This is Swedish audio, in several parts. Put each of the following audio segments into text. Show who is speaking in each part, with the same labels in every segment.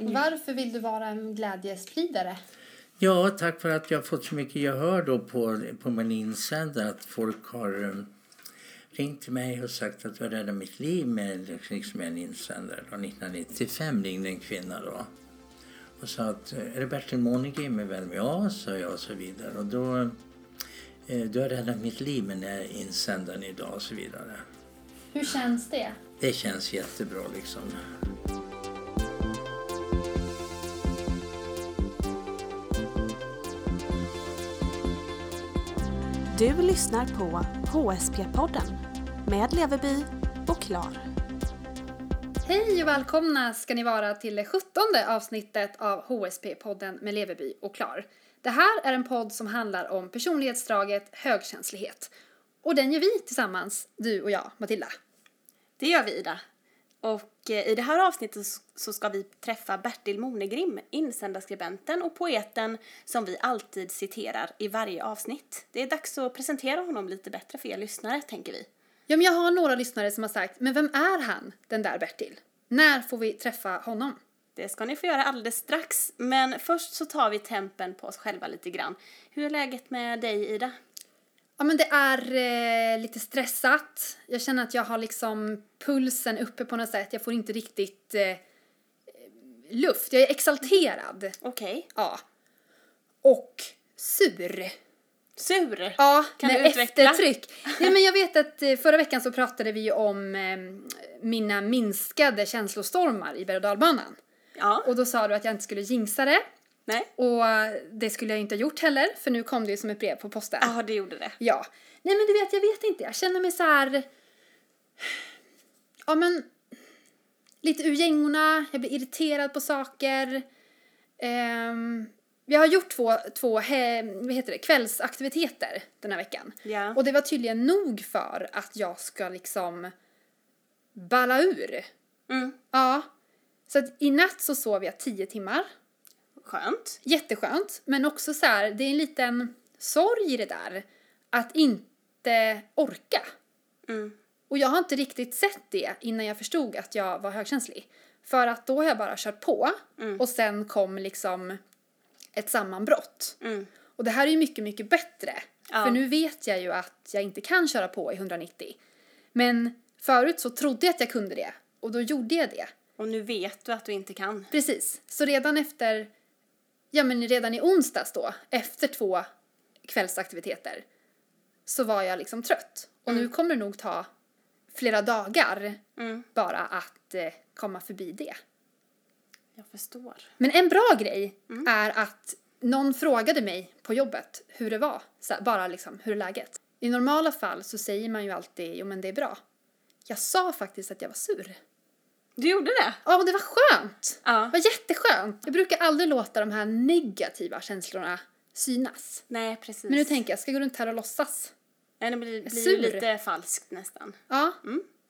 Speaker 1: Varför vill du vara en glädjespridare?
Speaker 2: Ja, tack för att jag fått så mycket gehör då på, på min insändare. Att folk har eh, ringt till mig och sagt att jag räddade mitt liv med liksom en insändare. Då, 1995 ringde en kvinna då och sa att eh, är det Bertil Månegren min vän? Ja, sa jag och så vidare. Och då, eh, du har räddat mitt liv med den här insändaren idag och så vidare.
Speaker 1: Hur känns det?
Speaker 2: Det känns jättebra liksom.
Speaker 3: Du lyssnar på HSP-podden med Leveby och Klar.
Speaker 1: Hej och välkomna ska ni vara till det sjuttonde avsnittet av HSP-podden med Leveby och Klar. Det här är en podd som handlar om personlighetsdraget högkänslighet. Och den gör vi tillsammans, du och jag, Matilda.
Speaker 4: Det gör vi Ida. Och eh, i det här avsnittet s- så ska vi träffa Bertil Monegrim, insändarskribenten och poeten som vi alltid citerar i varje avsnitt. Det är dags att presentera honom lite bättre för er lyssnare, tänker vi.
Speaker 1: Ja, men jag har några lyssnare som har sagt, men vem är han, den där Bertil? När får vi träffa honom?
Speaker 4: Det ska ni få göra alldeles strax, men först så tar vi tempen på oss själva lite grann. Hur är läget med dig, Ida?
Speaker 1: Ja, men det är eh, lite stressat. Jag känner att jag har liksom pulsen uppe på något sätt. Jag får inte riktigt eh, luft. Jag är exalterad.
Speaker 4: Okej.
Speaker 1: Ja. Och sur.
Speaker 4: Sur!
Speaker 1: Ja,
Speaker 4: Kan
Speaker 1: med
Speaker 4: du utveckla?
Speaker 1: eftertryck. Nej, men jag vet att eh, förra veckan så pratade vi ju om eh, mina minskade känslostormar i berg och dalbanan.
Speaker 4: Ja.
Speaker 1: Och då sa du att jag inte skulle jinxa det.
Speaker 4: Nej.
Speaker 1: Och eh, det skulle jag inte ha gjort heller, för nu kom det ju som ett brev på posten.
Speaker 4: Ja, det gjorde det.
Speaker 1: Ja. Nej men du vet, jag vet inte. Jag känner mig så här... Ja men... Lite ur gängorna, jag blir irriterad på saker. Ehm, jag har gjort två, två he, vad heter det, kvällsaktiviteter den här veckan.
Speaker 4: Ja.
Speaker 1: Och det var tydligen nog för att jag ska liksom balla ur.
Speaker 4: Mm.
Speaker 1: Ja. Så att i natt så sov jag tio timmar.
Speaker 4: Skönt.
Speaker 1: Jätteskönt, men också så här, det är en liten sorg i det där. Att inte orka.
Speaker 4: Mm.
Speaker 1: Och jag har inte riktigt sett det innan jag förstod att jag var högkänslig. För att då har jag bara kört på och sen kom liksom ett sammanbrott.
Speaker 4: Mm.
Speaker 1: Och det här är ju mycket, mycket bättre.
Speaker 4: Ja.
Speaker 1: För nu vet jag ju att jag inte kan köra på i 190. Men förut så trodde jag att jag kunde det och då gjorde jag det.
Speaker 4: Och nu vet du att du inte kan.
Speaker 1: Precis. Så redan efter, ja men redan i onsdags då, efter två kvällsaktiviteter, så var jag liksom trött. Och nu kommer det nog ta flera dagar
Speaker 4: Mm.
Speaker 1: bara att eh, komma förbi det.
Speaker 4: Jag förstår.
Speaker 1: Men en bra grej är att någon frågade mig på jobbet hur det var, så här, bara liksom hur är läget? I normala fall så säger man ju alltid jo men det är bra. Jag sa faktiskt att jag var sur.
Speaker 4: Du gjorde det?
Speaker 1: Ja, och det var skönt!
Speaker 4: Ja.
Speaker 1: Det var jätteskönt! Jag brukar aldrig låta de här negativa känslorna synas.
Speaker 4: Nej, precis.
Speaker 1: Men nu tänker jag, ska jag gå runt här och låtsas?
Speaker 4: Nej, det blir, blir
Speaker 1: Sur.
Speaker 4: ju lite falskt nästan.
Speaker 1: Ja.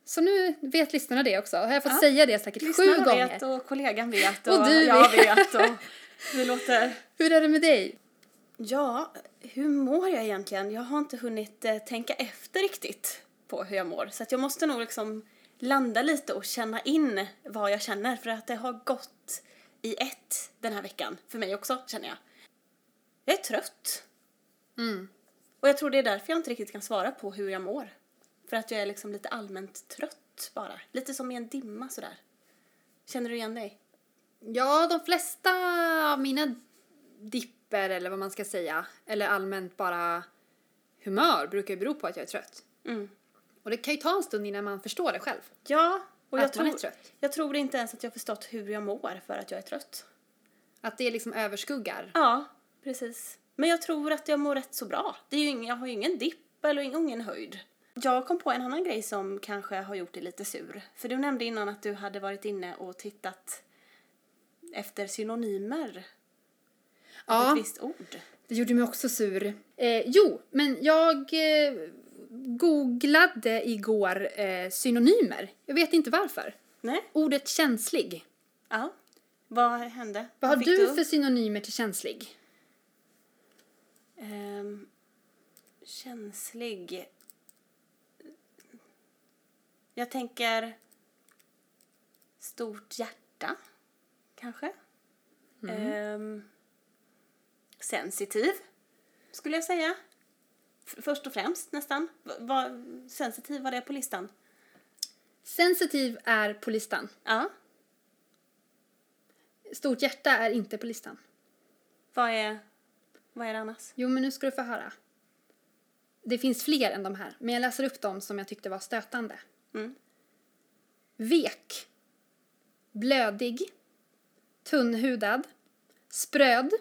Speaker 1: Så nu vet lyssnarna det också. Jag har fått säga det säkert
Speaker 4: Lyssnaren
Speaker 1: sju gånger.
Speaker 4: vet och kollegan vet
Speaker 1: Och
Speaker 4: och,
Speaker 1: du
Speaker 4: jag
Speaker 1: vet.
Speaker 4: vet. och det låter...
Speaker 1: Hur är det med dig?
Speaker 4: Ja, hur mår jag egentligen? Jag har inte hunnit eh, tänka efter riktigt på hur jag mår. Så att jag måste nog liksom landa lite och känna in vad jag känner. För att det har gått i ett den här veckan. För mig också, känner jag. Jag är trött.
Speaker 1: Mm.
Speaker 4: Och jag tror det är därför jag inte riktigt kan svara på hur jag mår. För att jag är liksom lite allmänt trött bara. Lite som i en dimma sådär. Känner du igen dig?
Speaker 1: Ja, de flesta av mina dipper, eller vad man ska säga, eller allmänt bara humör brukar ju bero på att jag är trött.
Speaker 4: Mm.
Speaker 1: Och det kan ju ta en stund innan man förstår det själv.
Speaker 4: Ja, och
Speaker 1: Att
Speaker 4: jag
Speaker 1: man
Speaker 4: tror,
Speaker 1: är trött.
Speaker 4: jag tror inte ens att jag förstått hur jag mår för att jag är trött.
Speaker 1: Att det liksom överskuggar.
Speaker 4: Ja, precis. Men jag tror att jag mår rätt så bra. Det är ju ingen, jag har ju ingen dipp eller ingen höjd. Jag kom på en annan grej som kanske har gjort dig lite sur. För du nämnde innan att du hade varit inne och tittat efter synonymer. Ja. Ett visst ord.
Speaker 1: Det gjorde mig också sur. Eh, jo, men jag eh, googlade igår eh, synonymer. Jag vet inte varför.
Speaker 4: Nej?
Speaker 1: Ordet känslig.
Speaker 4: Ja. Vad hände?
Speaker 1: Vad har
Speaker 4: fick
Speaker 1: du, för synonymer till känslig?
Speaker 4: Ehm, känslig. Jag tänker stort hjärta, kanske. Ehm, sensitiv, skulle jag säga. F- först och främst nästan. Va, va, sensitiv, var det på listan?
Speaker 1: Sensitiv är på listan.
Speaker 4: Ja.
Speaker 1: Stort hjärta är inte på listan.
Speaker 4: Vad är, vad är det annars?
Speaker 1: Jo, men nu ska du få höra. Det finns fler än de här, men jag läser upp dem som jag tyckte var stötande.
Speaker 4: Mm.
Speaker 1: Vek. Blödig. Tunnhudad. Spröd.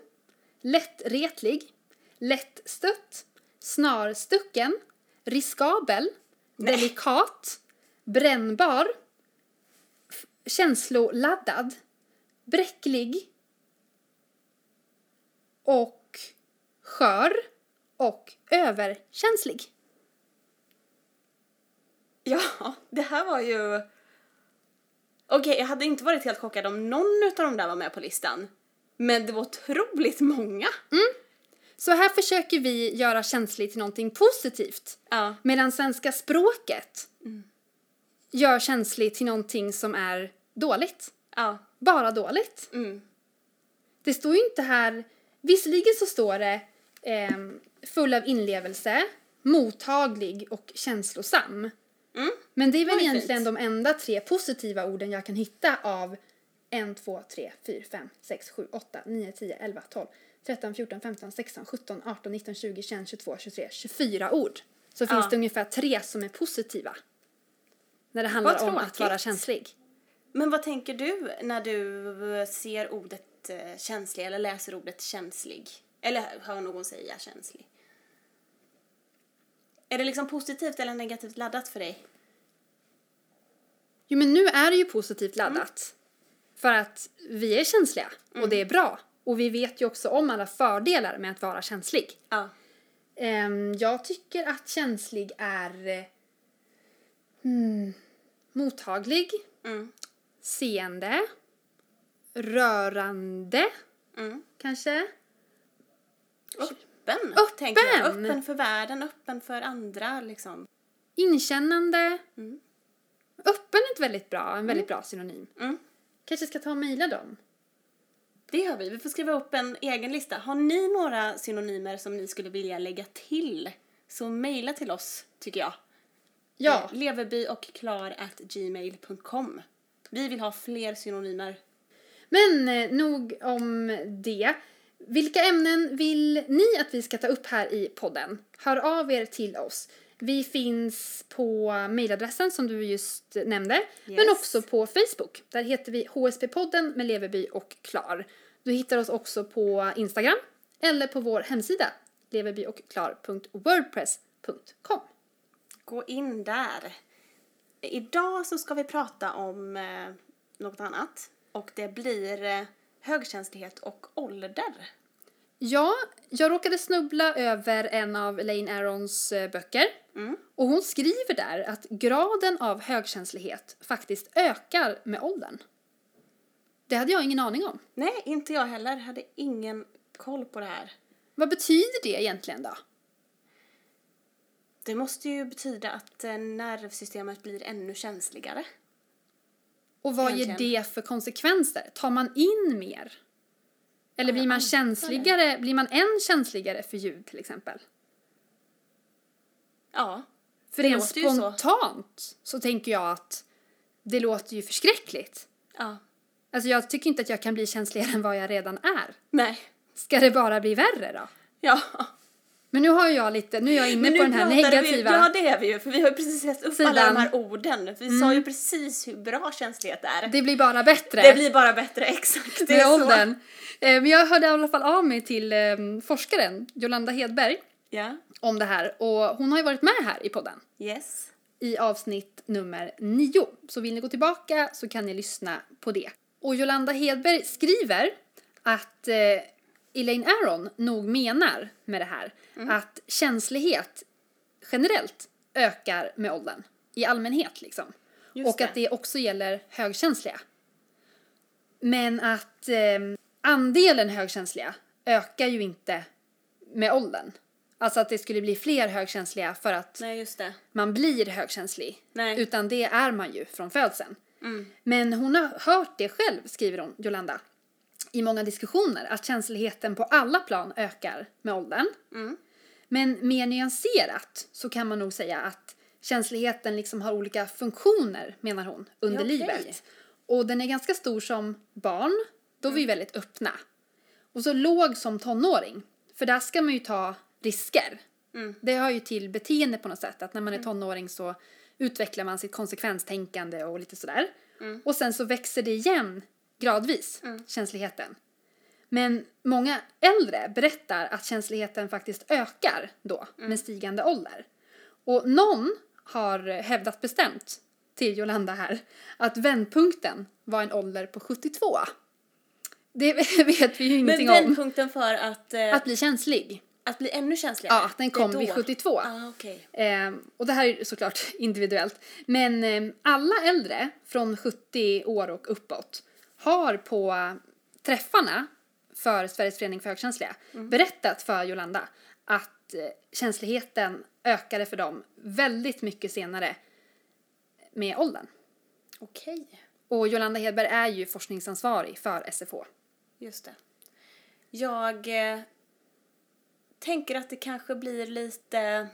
Speaker 1: Lättretlig. Lättstött. Snarstucken. Riskabel. Delikat. Brännbar. f- Känsloladdad. Bräcklig och skör och överkänslig.
Speaker 4: Ja, det här var ju... Okej, jag hade inte varit helt chockad om någon utav de där var med på listan. Men det var otroligt många.
Speaker 1: Så här försöker vi göra känslig till någonting positivt.
Speaker 4: Ja.
Speaker 1: Medan svenska språket gör känslig till någonting som är dåligt.
Speaker 4: Ja.
Speaker 1: Bara dåligt.
Speaker 4: Mm.
Speaker 1: Det står ju inte här... Visserligen så står det ehm, full av inlevelse, mottaglig och känslosam.
Speaker 4: Mm.
Speaker 1: Men det är väl
Speaker 4: Oj, fint.
Speaker 1: egentligen de enda tre positiva orden jag kan hitta av 1, 2, 3, 4, 5, 6, 7, 8, 9, 10, 11, 12, 13, 14, 15, 16, 17, 18, 19, 20, 21, 22, 23, 24 ord. Så finns det ungefär tre som är positiva. När det handlar om att
Speaker 4: tråkigt.
Speaker 1: vara känslig.
Speaker 4: Men vad tänker du när du ser ordet eh, känslig eller läser ordet känslig? Eller hör någon säga känslig? Är det liksom positivt eller negativt laddat för dig?
Speaker 1: Jo men nu är det ju positivt
Speaker 4: Mm.
Speaker 1: laddat. För att vi är känsliga och det är bra. Och vi vet ju också om alla fördelar med att vara känslig.
Speaker 4: Ja.
Speaker 1: Ehm, jag tycker att känslig är eh, hmm, mottaglig,
Speaker 4: Mm.
Speaker 1: seende, rörande
Speaker 4: Mm.
Speaker 1: kanske.
Speaker 4: Öppen,
Speaker 1: Öppen!
Speaker 4: tänker jag. Öppen för världen, öppen för andra liksom.
Speaker 1: Inkännande.
Speaker 4: Mm.
Speaker 1: Öppen är ett väldigt bra, en väldigt bra synonym.
Speaker 4: Mm.
Speaker 1: Kanske ska ta och mejla dem.
Speaker 4: Det gör vi. Vi får skriva upp en egen lista. Har ni några synonymer som ni skulle vilja lägga till? Så mejla till oss, tycker jag.
Speaker 1: Ja,
Speaker 4: Leverby och klar at gmail.com. Vi vill ha fler synonymer.
Speaker 1: men eh, nog om det. Vilka ämnen vill ni att vi ska ta upp här i podden? Hör av er till oss. Vi finns på mejladressen som du just nämnde, men
Speaker 4: Yes.
Speaker 1: också på Facebook. Där heter vi HSP-podden med Leverby och Klar. Du hittar oss också på Instagram eller på vår hemsida leverbyochklar.wordpress.com.
Speaker 4: Gå in där. Idag så ska vi prata om eh, något annat. Och det blir eh, högkänslighet och ålder.
Speaker 1: Ja, jag råkade snubbla över en av Elaine Arons eh, böcker.
Speaker 4: Mm.
Speaker 1: Och hon skriver där att graden av högkänslighet faktiskt ökar med åldern. Det hade jag ingen aning om.
Speaker 4: Nej, inte jag heller. Hade ingen koll på det här.
Speaker 1: Vad betyder det egentligen då?
Speaker 4: Det måste ju betyda att eh, nervsystemet blir ännu känsligare.
Speaker 1: Och vad
Speaker 4: Egentligen.
Speaker 1: ger det för konsekvenser? Tar man in mer? Eller blir man känsligare, blir man än känsligare för ljud till exempel?
Speaker 4: Ja.
Speaker 1: För
Speaker 4: Det
Speaker 1: rent
Speaker 4: låter ju så.
Speaker 1: spontant så. tänker jag att det låter ju förskräckligt.
Speaker 4: Ja.
Speaker 1: Alltså jag tycker inte att jag kan bli känsligare än vad jag redan är.
Speaker 4: Nej.
Speaker 1: Ska det bara bli värre då?
Speaker 4: Ja.
Speaker 1: Men nu har jag lite, nu är jag inne på den här
Speaker 4: pratar
Speaker 1: negativa...
Speaker 4: Vi, ja, det är vi ju. För vi har ju precis läst upp alla
Speaker 1: Sidan. Mm.
Speaker 4: de här orden. Vi sa ju precis hur bra känslighet är. Det,
Speaker 1: Det blir bara bättre.
Speaker 4: blir bara bättre, exakt. Det
Speaker 1: med
Speaker 4: är
Speaker 1: åldern.
Speaker 4: så.
Speaker 1: Eh, Men jag hörde i alla fall av mig till eh, forskaren Jolanda Hedberg
Speaker 4: Ja.
Speaker 1: om det här och hon har ju varit med här i podden
Speaker 4: Yes.
Speaker 1: i avsnitt nummer nio. Så vill ni gå tillbaka så kan ni lyssna på det. Och Jolanda Hedberg skriver att eh, Elaine Aron nog menar med det här att känslighet generellt ökar med åldern i allmänhet liksom.
Speaker 4: Just
Speaker 1: och
Speaker 4: det.
Speaker 1: att det också gäller högkänsliga. Men att eh, andelen högkänsliga ökar ju inte med åldern. Alltså att det skulle bli fler högkänsliga för att
Speaker 4: Nej, just det.
Speaker 1: man blir högkänslig.
Speaker 4: Nej.
Speaker 1: Utan det är man ju från födseln. Men hon har hört det själv, skriver hon, Jolanda. i många diskussioner att känsligheten på alla plan ökar med åldern. Men mer nyanserat så kan man nog säga att känsligheten liksom har olika funktioner, menar hon, under
Speaker 4: Ja, okej.
Speaker 1: livet. Och den är ganska stor som barn, då är vi
Speaker 4: Mm.
Speaker 1: väldigt öppna. Och så låg som tonåring, för där ska man ju ta risker.
Speaker 4: Mm.
Speaker 1: Det hör ju till beteende på något sätt, att när man är tonåring så utvecklar man sitt konsekvenstänkande och lite sådär.
Speaker 4: Mm.
Speaker 1: Och sen så växer det igen gradvis, känsligheten. Men många äldre berättar att känsligheten faktiskt ökar då
Speaker 4: Mm.
Speaker 1: med stigande ålder. Och någon har hävdat bestämt till Jolanda här att vändpunkten var en ålder på 72. Det vet vi ju
Speaker 4: Men
Speaker 1: ingenting om.
Speaker 4: vändpunkten för att, eh,
Speaker 1: Att
Speaker 4: att,
Speaker 1: bli känslig.
Speaker 4: bli ännu känsligare?
Speaker 1: Ja, att den kom
Speaker 4: det är
Speaker 1: vid
Speaker 4: då.
Speaker 1: 72.
Speaker 4: Ah, okej.
Speaker 1: Ehm, och det här är ju såklart individuellt. Men ehm, alla äldre från 70 år och uppåt har på eh, träffarna för Sveriges förening för högkänsliga berättat för Jolanda att eh, känsligheten ökade för dem väldigt mycket senare med åldern.
Speaker 4: Okej,
Speaker 1: Och Jolanda Hedberg är ju forskningsansvarig för SFH.
Speaker 4: just det. Jag eh, tänker att det kanske blir lite...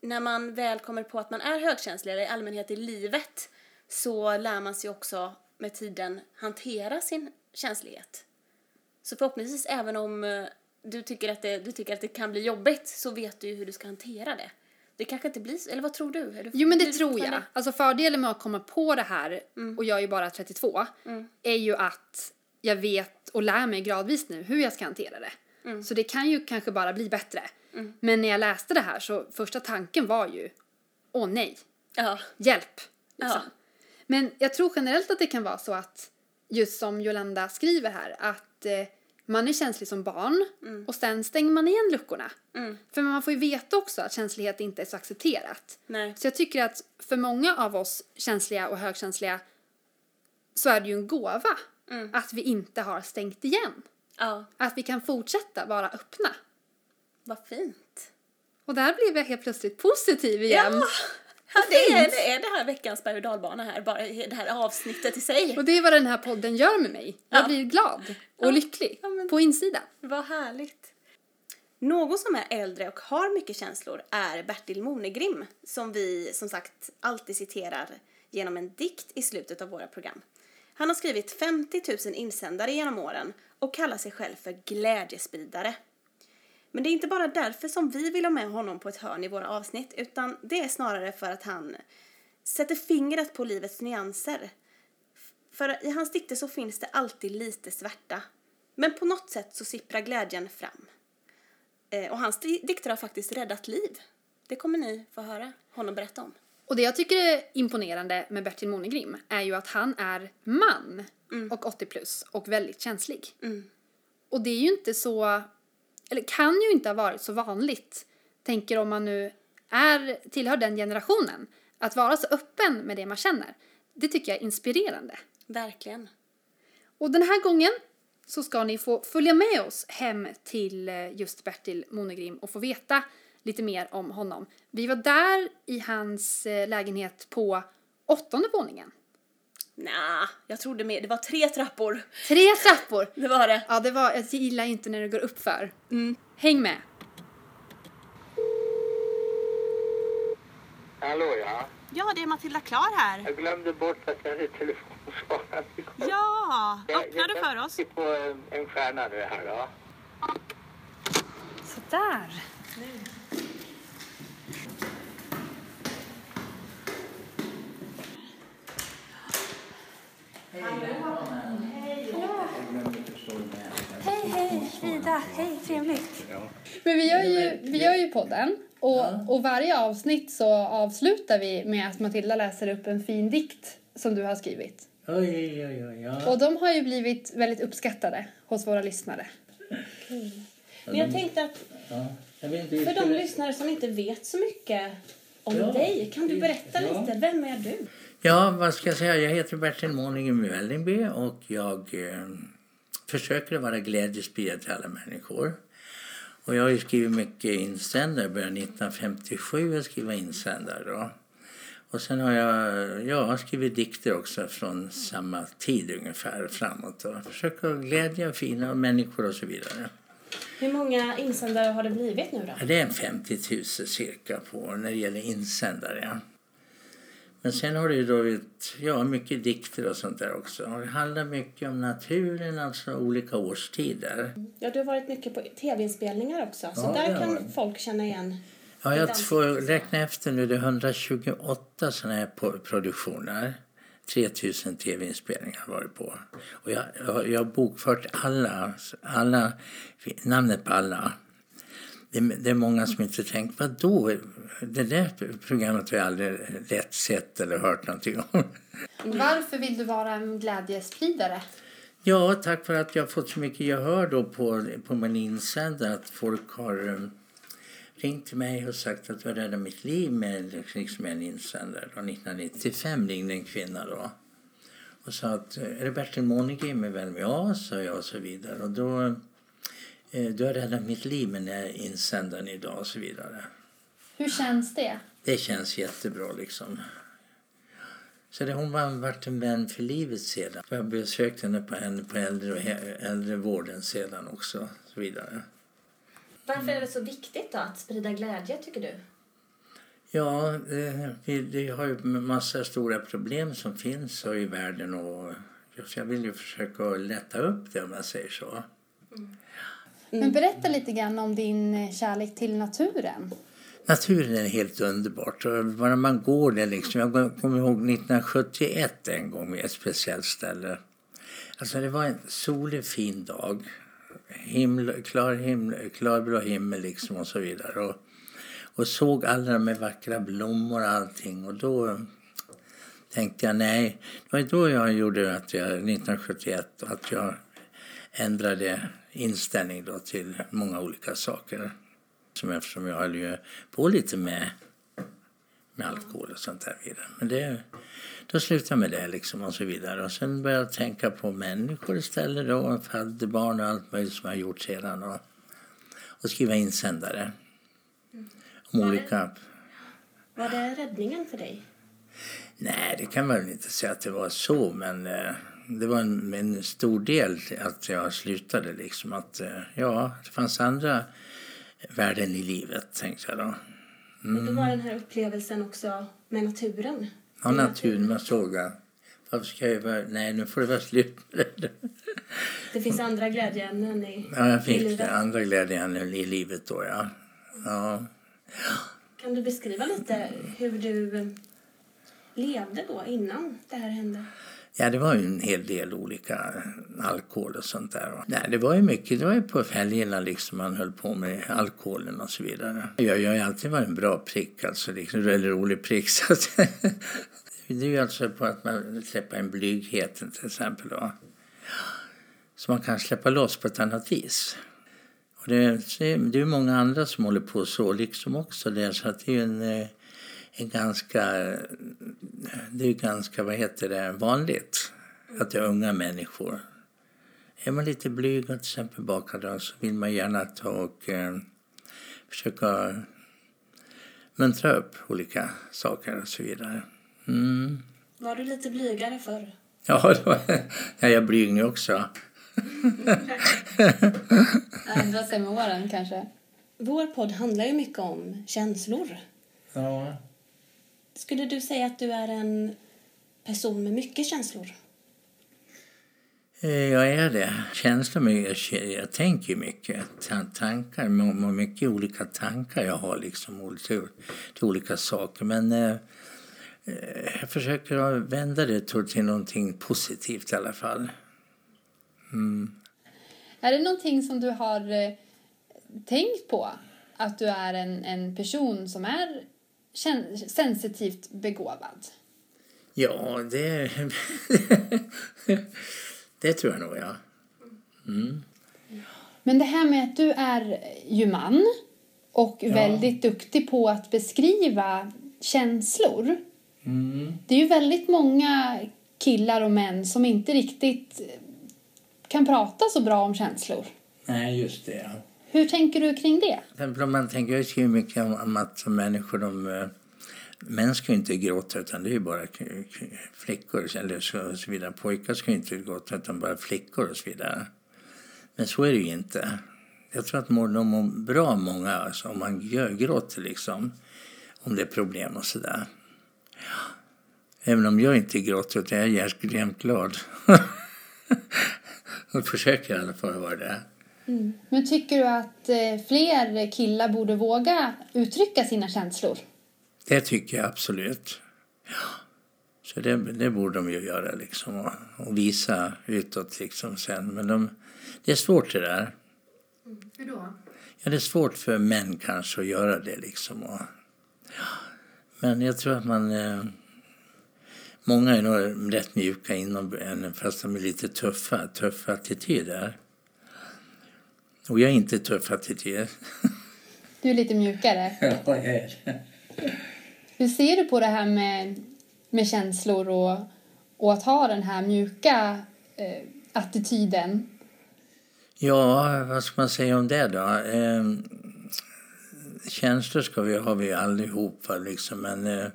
Speaker 4: När man väl kommer på att man är högkänsligare i allmänhet i livet så lär man sig också med tiden hantera sin känslighet. Så förhoppningsvis, även om eh, du tycker att det, du tycker att det kan bli jobbigt, så vet du ju hur du ska hantera det. Det kanske inte blir så, eller vad tror du? Är du
Speaker 1: Jo men
Speaker 4: blir
Speaker 1: det
Speaker 4: du
Speaker 1: tror jag.
Speaker 4: fortfarande-
Speaker 1: Alltså fördelen med att komma på det här,
Speaker 4: Mm.
Speaker 1: och jag är ju bara 32, är ju att jag vet och lär mig gradvis nu hur jag ska hantera det.
Speaker 4: Mm.
Speaker 1: Så det kan ju kanske bara bli bättre. Men när jag läste det här så första tanken var ju, åh nej,
Speaker 4: Ja.
Speaker 1: hjälp.
Speaker 4: Ja.
Speaker 1: Liksom. Men jag tror generellt att det kan vara så att, just som Jolanda skriver här, att eh, man är känslig som barn och sen stänger man igen luckorna. För man får ju veta också att känslighet inte är så accepterat.
Speaker 4: Nej.
Speaker 1: Så jag tycker att för många av oss känsliga och högkänsliga så är det ju en gåva att vi inte har stängt igen.
Speaker 4: Ja,
Speaker 1: Att vi kan fortsätta vara öppna.
Speaker 4: vad fint.
Speaker 1: Och där blev jag helt plötsligt positiv igen.
Speaker 4: Ja, det, är, det är det här veckans berg och dalbana här, bara i det här avsnittet i sig.
Speaker 1: Och det är vad den här podden gör med mig. Jag
Speaker 4: Ja.
Speaker 1: blir glad och lycklig
Speaker 4: Ja, men-
Speaker 1: på insidan.
Speaker 4: Vad härligt. Någon som är äldre och har mycket känslor är Bertil Monegrim som vi som sagt alltid citerar genom en dikt i slutet av våra program. Han har skrivit 50 000 insändare genom åren och kallar sig själv för glädjespridare. Men det är inte bara därför som vi vill ha med honom på ett hörn i våra avsnitt utan det är snarare för att han sätter fingret på livets nyanser. För i hans dikter så finns det alltid lite svärta. Men på något sätt så sipprar glädjen fram. Eh, och hans di- dikter har faktiskt räddat liv. Det kommer ni få höra honom berätta om.
Speaker 1: Och det jag tycker är imponerande med Bertil Monegrim är ju att han är man
Speaker 4: Mm.
Speaker 1: och 80 plus och väldigt känslig. Och det är ju inte så, eller kan ju inte ha varit så vanligt, tänker om man nu är, tillhör den generationen, att vara så öppen med det man känner. Det tycker jag är inspirerande.
Speaker 4: Verkligen.
Speaker 1: Och den här gången så ska ni få följa med oss hem till eh, just Bertil Monegrim och få veta lite mer om honom. Vi var där i hans eh, lägenhet på åttonde våningen.
Speaker 4: Nja, jag trodde mer. Det var tre trappor.
Speaker 1: Tre trappor!
Speaker 4: Det var det.
Speaker 1: Ja, det var, jag gillar ju inte när det går upp för. Häng med!
Speaker 5: Hallå ja.
Speaker 6: Ja, det är Matilda Klar här.
Speaker 5: Jag glömde bort att jag hade telefonsvarare.
Speaker 6: Ja,
Speaker 5: Jag-
Speaker 6: öppnar du för oss?
Speaker 5: Jag sitter på en- en stjärna nu här då.
Speaker 1: Sådär!
Speaker 7: Hej, hej, Ida. Hej, trevligt.
Speaker 1: Men vi gör ju, vi gör ju podden. Och, och varje avsnitt så avslutar vi med att Matilda läser upp en fin dikt som du har skrivit.
Speaker 2: Oj, oj, oj, oj. ja.
Speaker 1: Och de har ju blivit väldigt uppskattade hos våra lyssnare.
Speaker 4: Men jag tänkte att
Speaker 2: Ja. Jag vet inte, hur
Speaker 4: för de
Speaker 2: skulle-
Speaker 4: lyssnare som inte vet så mycket om
Speaker 2: Ja.
Speaker 4: dig, kan du berätta
Speaker 2: Ja.
Speaker 4: lite? Vem är du?
Speaker 2: Ja, vad ska jag säga? Jag heter Bertil Måningen i Vällingby och jag eh, försöker vara glädjespridare till alla människor. Och jag har ju skrivit mycket insändare. Jag började 1957 att skriva insändare. Då. Och sen har jag, jag har skrivit dikter också från samma tid ungefär framåt. Och försöker att glädja fina människor och så vidare.
Speaker 8: Hur många insändare har det blivit nu då?
Speaker 2: Ja, Det är en 50 000 cirka på när det gäller insändare. Men sen har det ju då ett, ja, mycket dikter och sånt där också. Och det handlar mycket om naturen, alltså olika årstider.
Speaker 8: Ja, du har varit mycket på tv-inspelningar också, så
Speaker 2: Ja, det
Speaker 8: där
Speaker 2: har
Speaker 8: kan
Speaker 2: varit.
Speaker 8: folk känna igen.
Speaker 2: Ja, jag får räkna efter nu. Det är 128 sådana här po- produktioner. 3000 tv-inspelningar har jag varit på. Och jag, jag, jag har bokfört alla, alla, namnet på alla. Det, är- det är många som inte tänkt, vad då? Det där programmet har jag aldrig rätt sett eller hört någonting om.
Speaker 1: Mm. Varför vill du vara en glädjespridare?
Speaker 2: Ja, tack för att jag har fått så mycket gehör då på, på min insändare att folk har eh, ringt till mig och sagt att jag räddade mitt liv med liksom en insändare. Då, 1995 ringde en kvinna då och sa att eh, är det Bertil Månegren med vän? Ja, sa jag och så vidare. Och då, eh, du har räddat mitt liv med den här insändaren idag och så vidare.
Speaker 1: Hur känns det?
Speaker 2: Det känns jättebra liksom. Så det, hon var varit en vän för livet sedan. Jag besökte henne på, henne på äldre och he- äldrevården sedan också. och Så vidare.
Speaker 9: Varför är det så viktigt då att sprida glädje tycker du?
Speaker 2: Ja, eh, vi, vi har ju en massa stora problem som finns i världen och just jag vill ju försöka lätta upp det om jag säger så.
Speaker 1: Men berätta lite grann om din eh, kärlek till naturen.
Speaker 2: Naturen är helt underbart. Och Bara man går där liksom. Jag kommer ihåg 1971 en gång vid ett speciellt ställe. Alltså det var en solig fin dag. Himmel, klar himmel, klarblå himmel liksom och så vidare. Och, och såg alla de här vackra blommor och allting. Och då tänkte jag nej. Det var då jag gjorde att jag, 1971 att jag ändrade inställning då till många olika saker. Som eftersom jag höll ju på lite med, med alkohol och sånt där vidare. Men det, då slutade jag med det liksom och så vidare. Och sen började jag tänka på människor istället då. och Fadderbarn och allt möjligt som jag har gjort sedan. Och, och skriva insändare. Om olika...
Speaker 8: Var det räddningen för dig?
Speaker 2: Nej, det kan man väl inte säga att det var så, men eh, det var en, en stor del att jag slutade. Liksom, att, eh, ja, det fanns andra värden i livet, tänkte jag då. Mm.
Speaker 8: Och då var den här upplevelsen också med naturen.
Speaker 2: Ja,
Speaker 8: Mm.
Speaker 2: naturen, man såg att varför ska jag vara... Nej, nu får det vara slut med det.
Speaker 8: Det finns andra glädjeämnen i,
Speaker 2: Ja, jag
Speaker 8: i
Speaker 2: fick
Speaker 8: livet.
Speaker 2: det. Andra glädjen i livet då, ja. ja.
Speaker 8: Kan du beskriva lite hur du eh, levde då innan det här hände?
Speaker 2: Ja, det var ju en hel del olika alkohol och sånt där. va. Nej, det var ju mycket. Det var ju på helgerna liksom man höll på med alkoholen och så vidare. Jag, jag har ju alltid varit en bra prick, alltså. Liksom, eller rolig prick, så att Det är ju alltså på att man släpper in blygheten till exempel då. Så man kan släppa loss på ett annat vis. Och det, är- det är ju många andra som håller på så liksom också där, så att det är ju en, eh, en ganska det är ju ganska, vad heter det, vanligt att det är unga människor. Är man lite blyg och till exempel bakad så vill man gärna ta och eh, försöka muntra upp olika saker och så vidare. Mm.
Speaker 8: Var du lite blygare förr?
Speaker 2: Ja, då, ja, jag är blyg nu också.
Speaker 1: Ändra sig med åren kanske.
Speaker 8: Vår podd handlar ju mycket om känslor.
Speaker 2: Ja.
Speaker 8: Skulle du säga att du är en person med mycket känslor?
Speaker 2: Eh, Jag är det. Känslor, men jag, k- jag tänker ju mycket. Ta- Tankar, må- må- mycket olika tankar jag har liksom ol- till, till olika saker. Men eh, eh, jag försöker att vända det till- till någonting positivt i alla fall.
Speaker 1: Är det någonting som du har eh, tänkt på? Att du är en, en person som är kän- sensitivt begåvad?
Speaker 2: Ja, det... det tror jag nog, ja.
Speaker 1: Men det här med att du är ju man och väldigt duktig på att beskriva känslor. Det är ju väldigt många killar och män som inte riktigt eh, kan prata så bra om känslor.
Speaker 2: Nej, just det. Ja.
Speaker 1: Hur tänker du kring det?
Speaker 2: Sen får man tänker jag skriver mycket om, om att människor de, eh, Män ska ju inte gråta, utan det är ju bara k- k- flickor. Eller så, så vidare. Pojkar ska ju inte gråta, utan bara flickor och så vidare. Men så är det ju inte. Jag tror att mår- de mår bra många alltså, om man gör, gråter liksom. Om det är problem och sådär. Ja. Även om jag inte gråter, utan jag är jämt glad. och försöker i alla fall vara det.
Speaker 10: Men tycker du att eh, fler killar borde våga uttrycka sina känslor?
Speaker 2: Det tycker jag absolut. Ja. Så det, det borde de ju göra liksom och, och visa utåt liksom sen. Men de, det är svårt det där.
Speaker 10: Hur då?
Speaker 2: Ja, det är svårt för män kanske att göra det liksom. Och, ja. Men jag tror att man... Eh, många är nog rätt mjuka inom en fast de är lite tuffa, tuffa attityder. Och jag är inte tuff attityd.
Speaker 10: Du är lite mjukare.
Speaker 2: Ja, jag är det.
Speaker 10: Hur ser du på det här med, med känslor och, och att ha den här mjuka eh, attityden?
Speaker 2: Ja, vad ska man säga om det då? Eh, känslor ska vi, har vi allihopa liksom, men eh,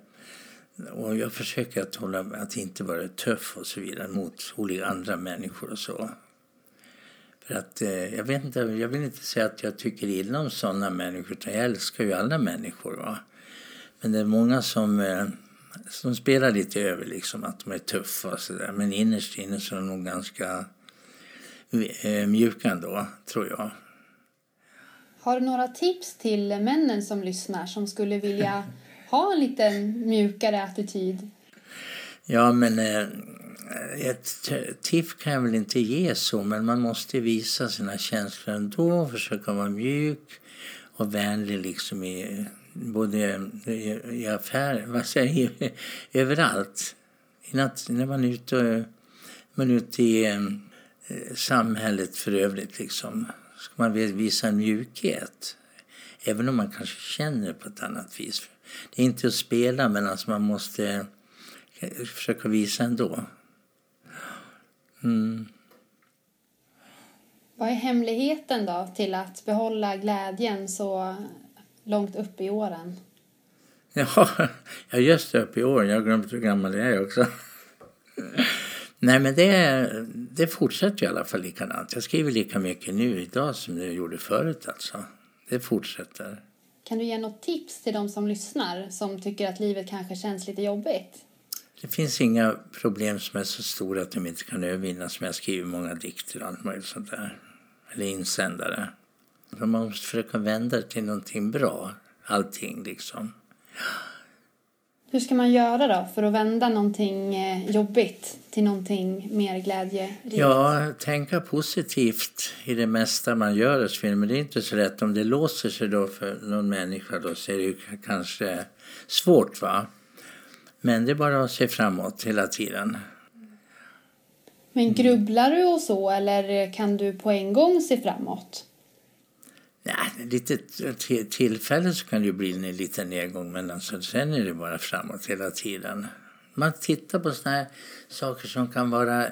Speaker 2: och jag försöker att, hålla, att inte vara tuff och så vidare mot olika andra människor och så. För att, eh, jag, vet inte, jag vill inte säga att jag tycker illa om sådana människor, utan jag älskar ju alla människor. Va? Men det är många som, eh, som spelar lite över, liksom, att de är tuffa och sådär. Men innerst inne så är de nog ganska eh, mjuka ändå, tror jag.
Speaker 10: Har du några tips till männen som lyssnar som skulle vilja ha en lite mjukare attityd?
Speaker 2: Ja, men eh, ett t- tiff kan jag väl inte ge så, men man måste visa sina känslor ändå, försöka vara mjuk och vänlig liksom i både i, i affärer, vad säger jag, överallt. I nat- när man är ute, eh, man är ute i eh, samhället för övrigt liksom, ska man väl visa en mjukhet. Även om man kanske känner på ett annat vis. Det är inte att spela, men alltså man måste försöka visa ändå.
Speaker 10: Vad är hemligheten då till att behålla glädjen så långt upp i åren?
Speaker 2: Ja, jag är just upp i år. Jag har glömt hur gammal jag är också. Nej, men det, det fortsätter i alla fall likadant. Jag skriver lika mycket nu idag som jag gjorde förut alltså. Det fortsätter.
Speaker 10: Kan du ge något tips till de som lyssnar som tycker att livet kanske känns lite jobbigt?
Speaker 2: Det finns inga problem som är så stora att de inte kan övervinnas. Men jag skriver många dikter och allt möjligt sånt där. Eller insändare. Så man måste försöka vända det till någonting bra. Allting liksom.
Speaker 10: Hur ska man göra då för att vända någonting eh, jobbigt till någonting mer glädje?
Speaker 2: Ja, tänka positivt i det mesta man gör hos film. Men det är inte så lätt. Om det låser sig då för någon människa då så är det ju k- kanske svårt. va? Men det är bara att se framåt hela tiden.
Speaker 10: Men grubblar du och så eller kan du på en gång se framåt?
Speaker 2: Ja, lite t- t- tillfälle så kan det ju bli en liten nedgång men alltså, sen är det bara framåt hela tiden. Man tittar på såna här saker som kan vara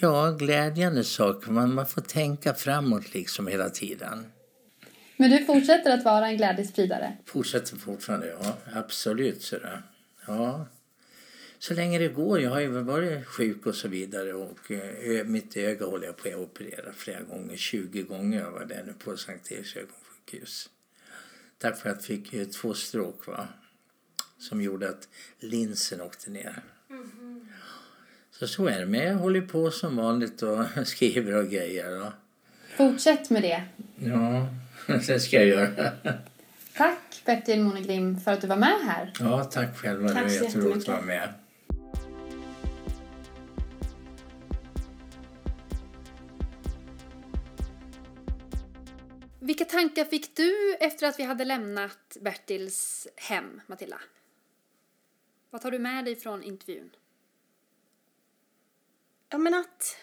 Speaker 2: ja, glädjande saker. Man, man får tänka framåt liksom hela tiden.
Speaker 10: Men du fortsätter att vara en glädjespridare?
Speaker 2: Fortsätter fortfarande, ja. Absolut. Sådär. Ja. Så länge det går. Jag har ju varit sjuk och så vidare. Och eh, ö- Mitt öga håller jag på att operera flera gånger. 20 gånger jag var där nu på Sankt Eriks ögonsjukhus. Därför att jag fick eh, två stråk va? som gjorde att linsen åkte ner.
Speaker 8: Mm-hmm.
Speaker 2: Så så är det. Men jag håller på som vanligt och skriver och grejer. Och...
Speaker 10: Fortsätt med det.
Speaker 8: Mm.
Speaker 2: Ja, det ska jag göra.
Speaker 10: Tack Bertil Monegrim för att du var med här.
Speaker 2: Ja, tack själva. Det
Speaker 8: Tack
Speaker 2: var
Speaker 8: så
Speaker 2: jätteroligt att vara med.
Speaker 1: Vilka tankar fick du efter att vi hade lämnat Bertils hem, Matilda? Vad tar du med dig från intervjun?
Speaker 4: Ja, men att...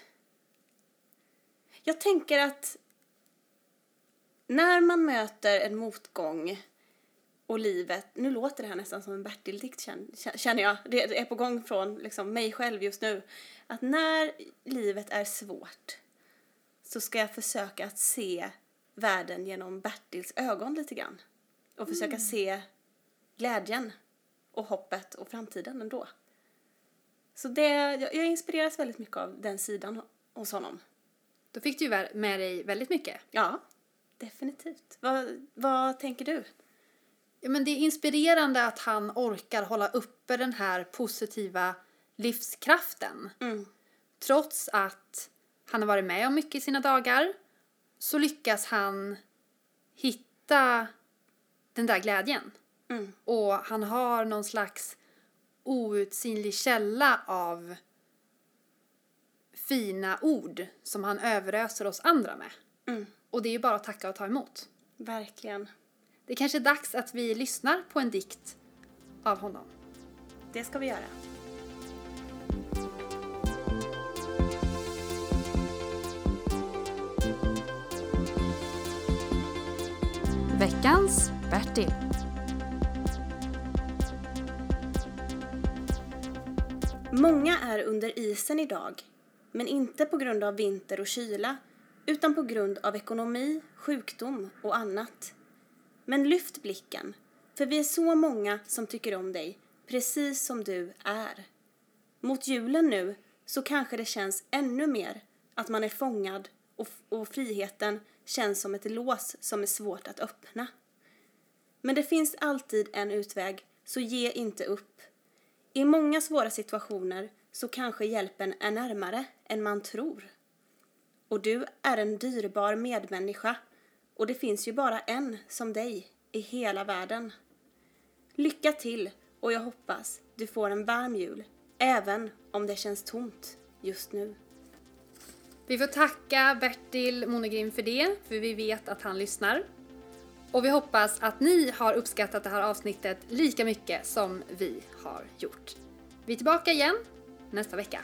Speaker 4: Jag tänker att när man möter en motgång och livet... Nu låter det här nästan som en Bertil-dikt, kän- kän- känner jag. Det det är på gång från liksom, mig själv just nu. Att när livet är svårt så ska jag försöka att se världen genom Bertils ögon lite grann. Och försöka se glädjen och hoppet och framtiden ändå. Så det, jag, jag inspireras väldigt mycket av den sidan hos honom.
Speaker 1: Då fick du ju vä- med dig väldigt mycket.
Speaker 4: Ja, definitivt. Vad, vad tänker du?
Speaker 1: Ja, men det är inspirerande att han orkar hålla uppe den här positiva livskraften. Trots att han har varit med om mycket i sina dagar så lyckas han hitta den där glädjen. Och han har någon slags outsinlig källa av fina ord som han överöser oss andra med. Och det är ju bara att tacka och ta emot.
Speaker 4: Verkligen.
Speaker 1: Det kanske är dags att vi lyssnar på en dikt av honom.
Speaker 4: Det ska vi göra.
Speaker 1: Veckans Bertil.
Speaker 4: Många är under isen idag, men inte på grund av vinter och kyla utan på grund av ekonomi, sjukdom och annat. Men lyft blicken, för vi är så många som tycker om dig, precis som du är. Mot julen nu så kanske det känns ännu mer att man är fångad och, och friheten känns som ett lås som är svårt att öppna. Men det finns alltid en utväg, så ge inte upp. I många svåra situationer så kanske hjälpen är närmare än man tror. Och du är en dyrbar medmänniska och det finns ju bara en som dig i hela världen. Lycka till och jag hoppas du får en varm jul, även om det känns tomt just nu.
Speaker 1: Vi får tacka Bertil Monegrim för det, för vi vet att han lyssnar. Och vi hoppas att ni har uppskattat det här avsnittet lika mycket som vi har gjort. Vi är tillbaka igen nästa vecka.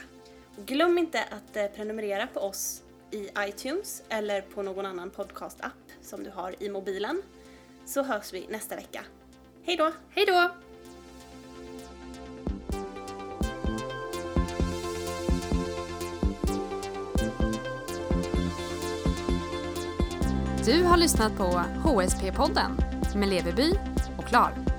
Speaker 4: Glöm inte att eh, prenumerera på oss i iTunes eller på någon annan podcast-app som du har i mobilen. Så hörs vi nästa vecka. Hej då!
Speaker 1: Hej då!
Speaker 3: Du har lyssnat på HSP-podden med Leveby och Klar.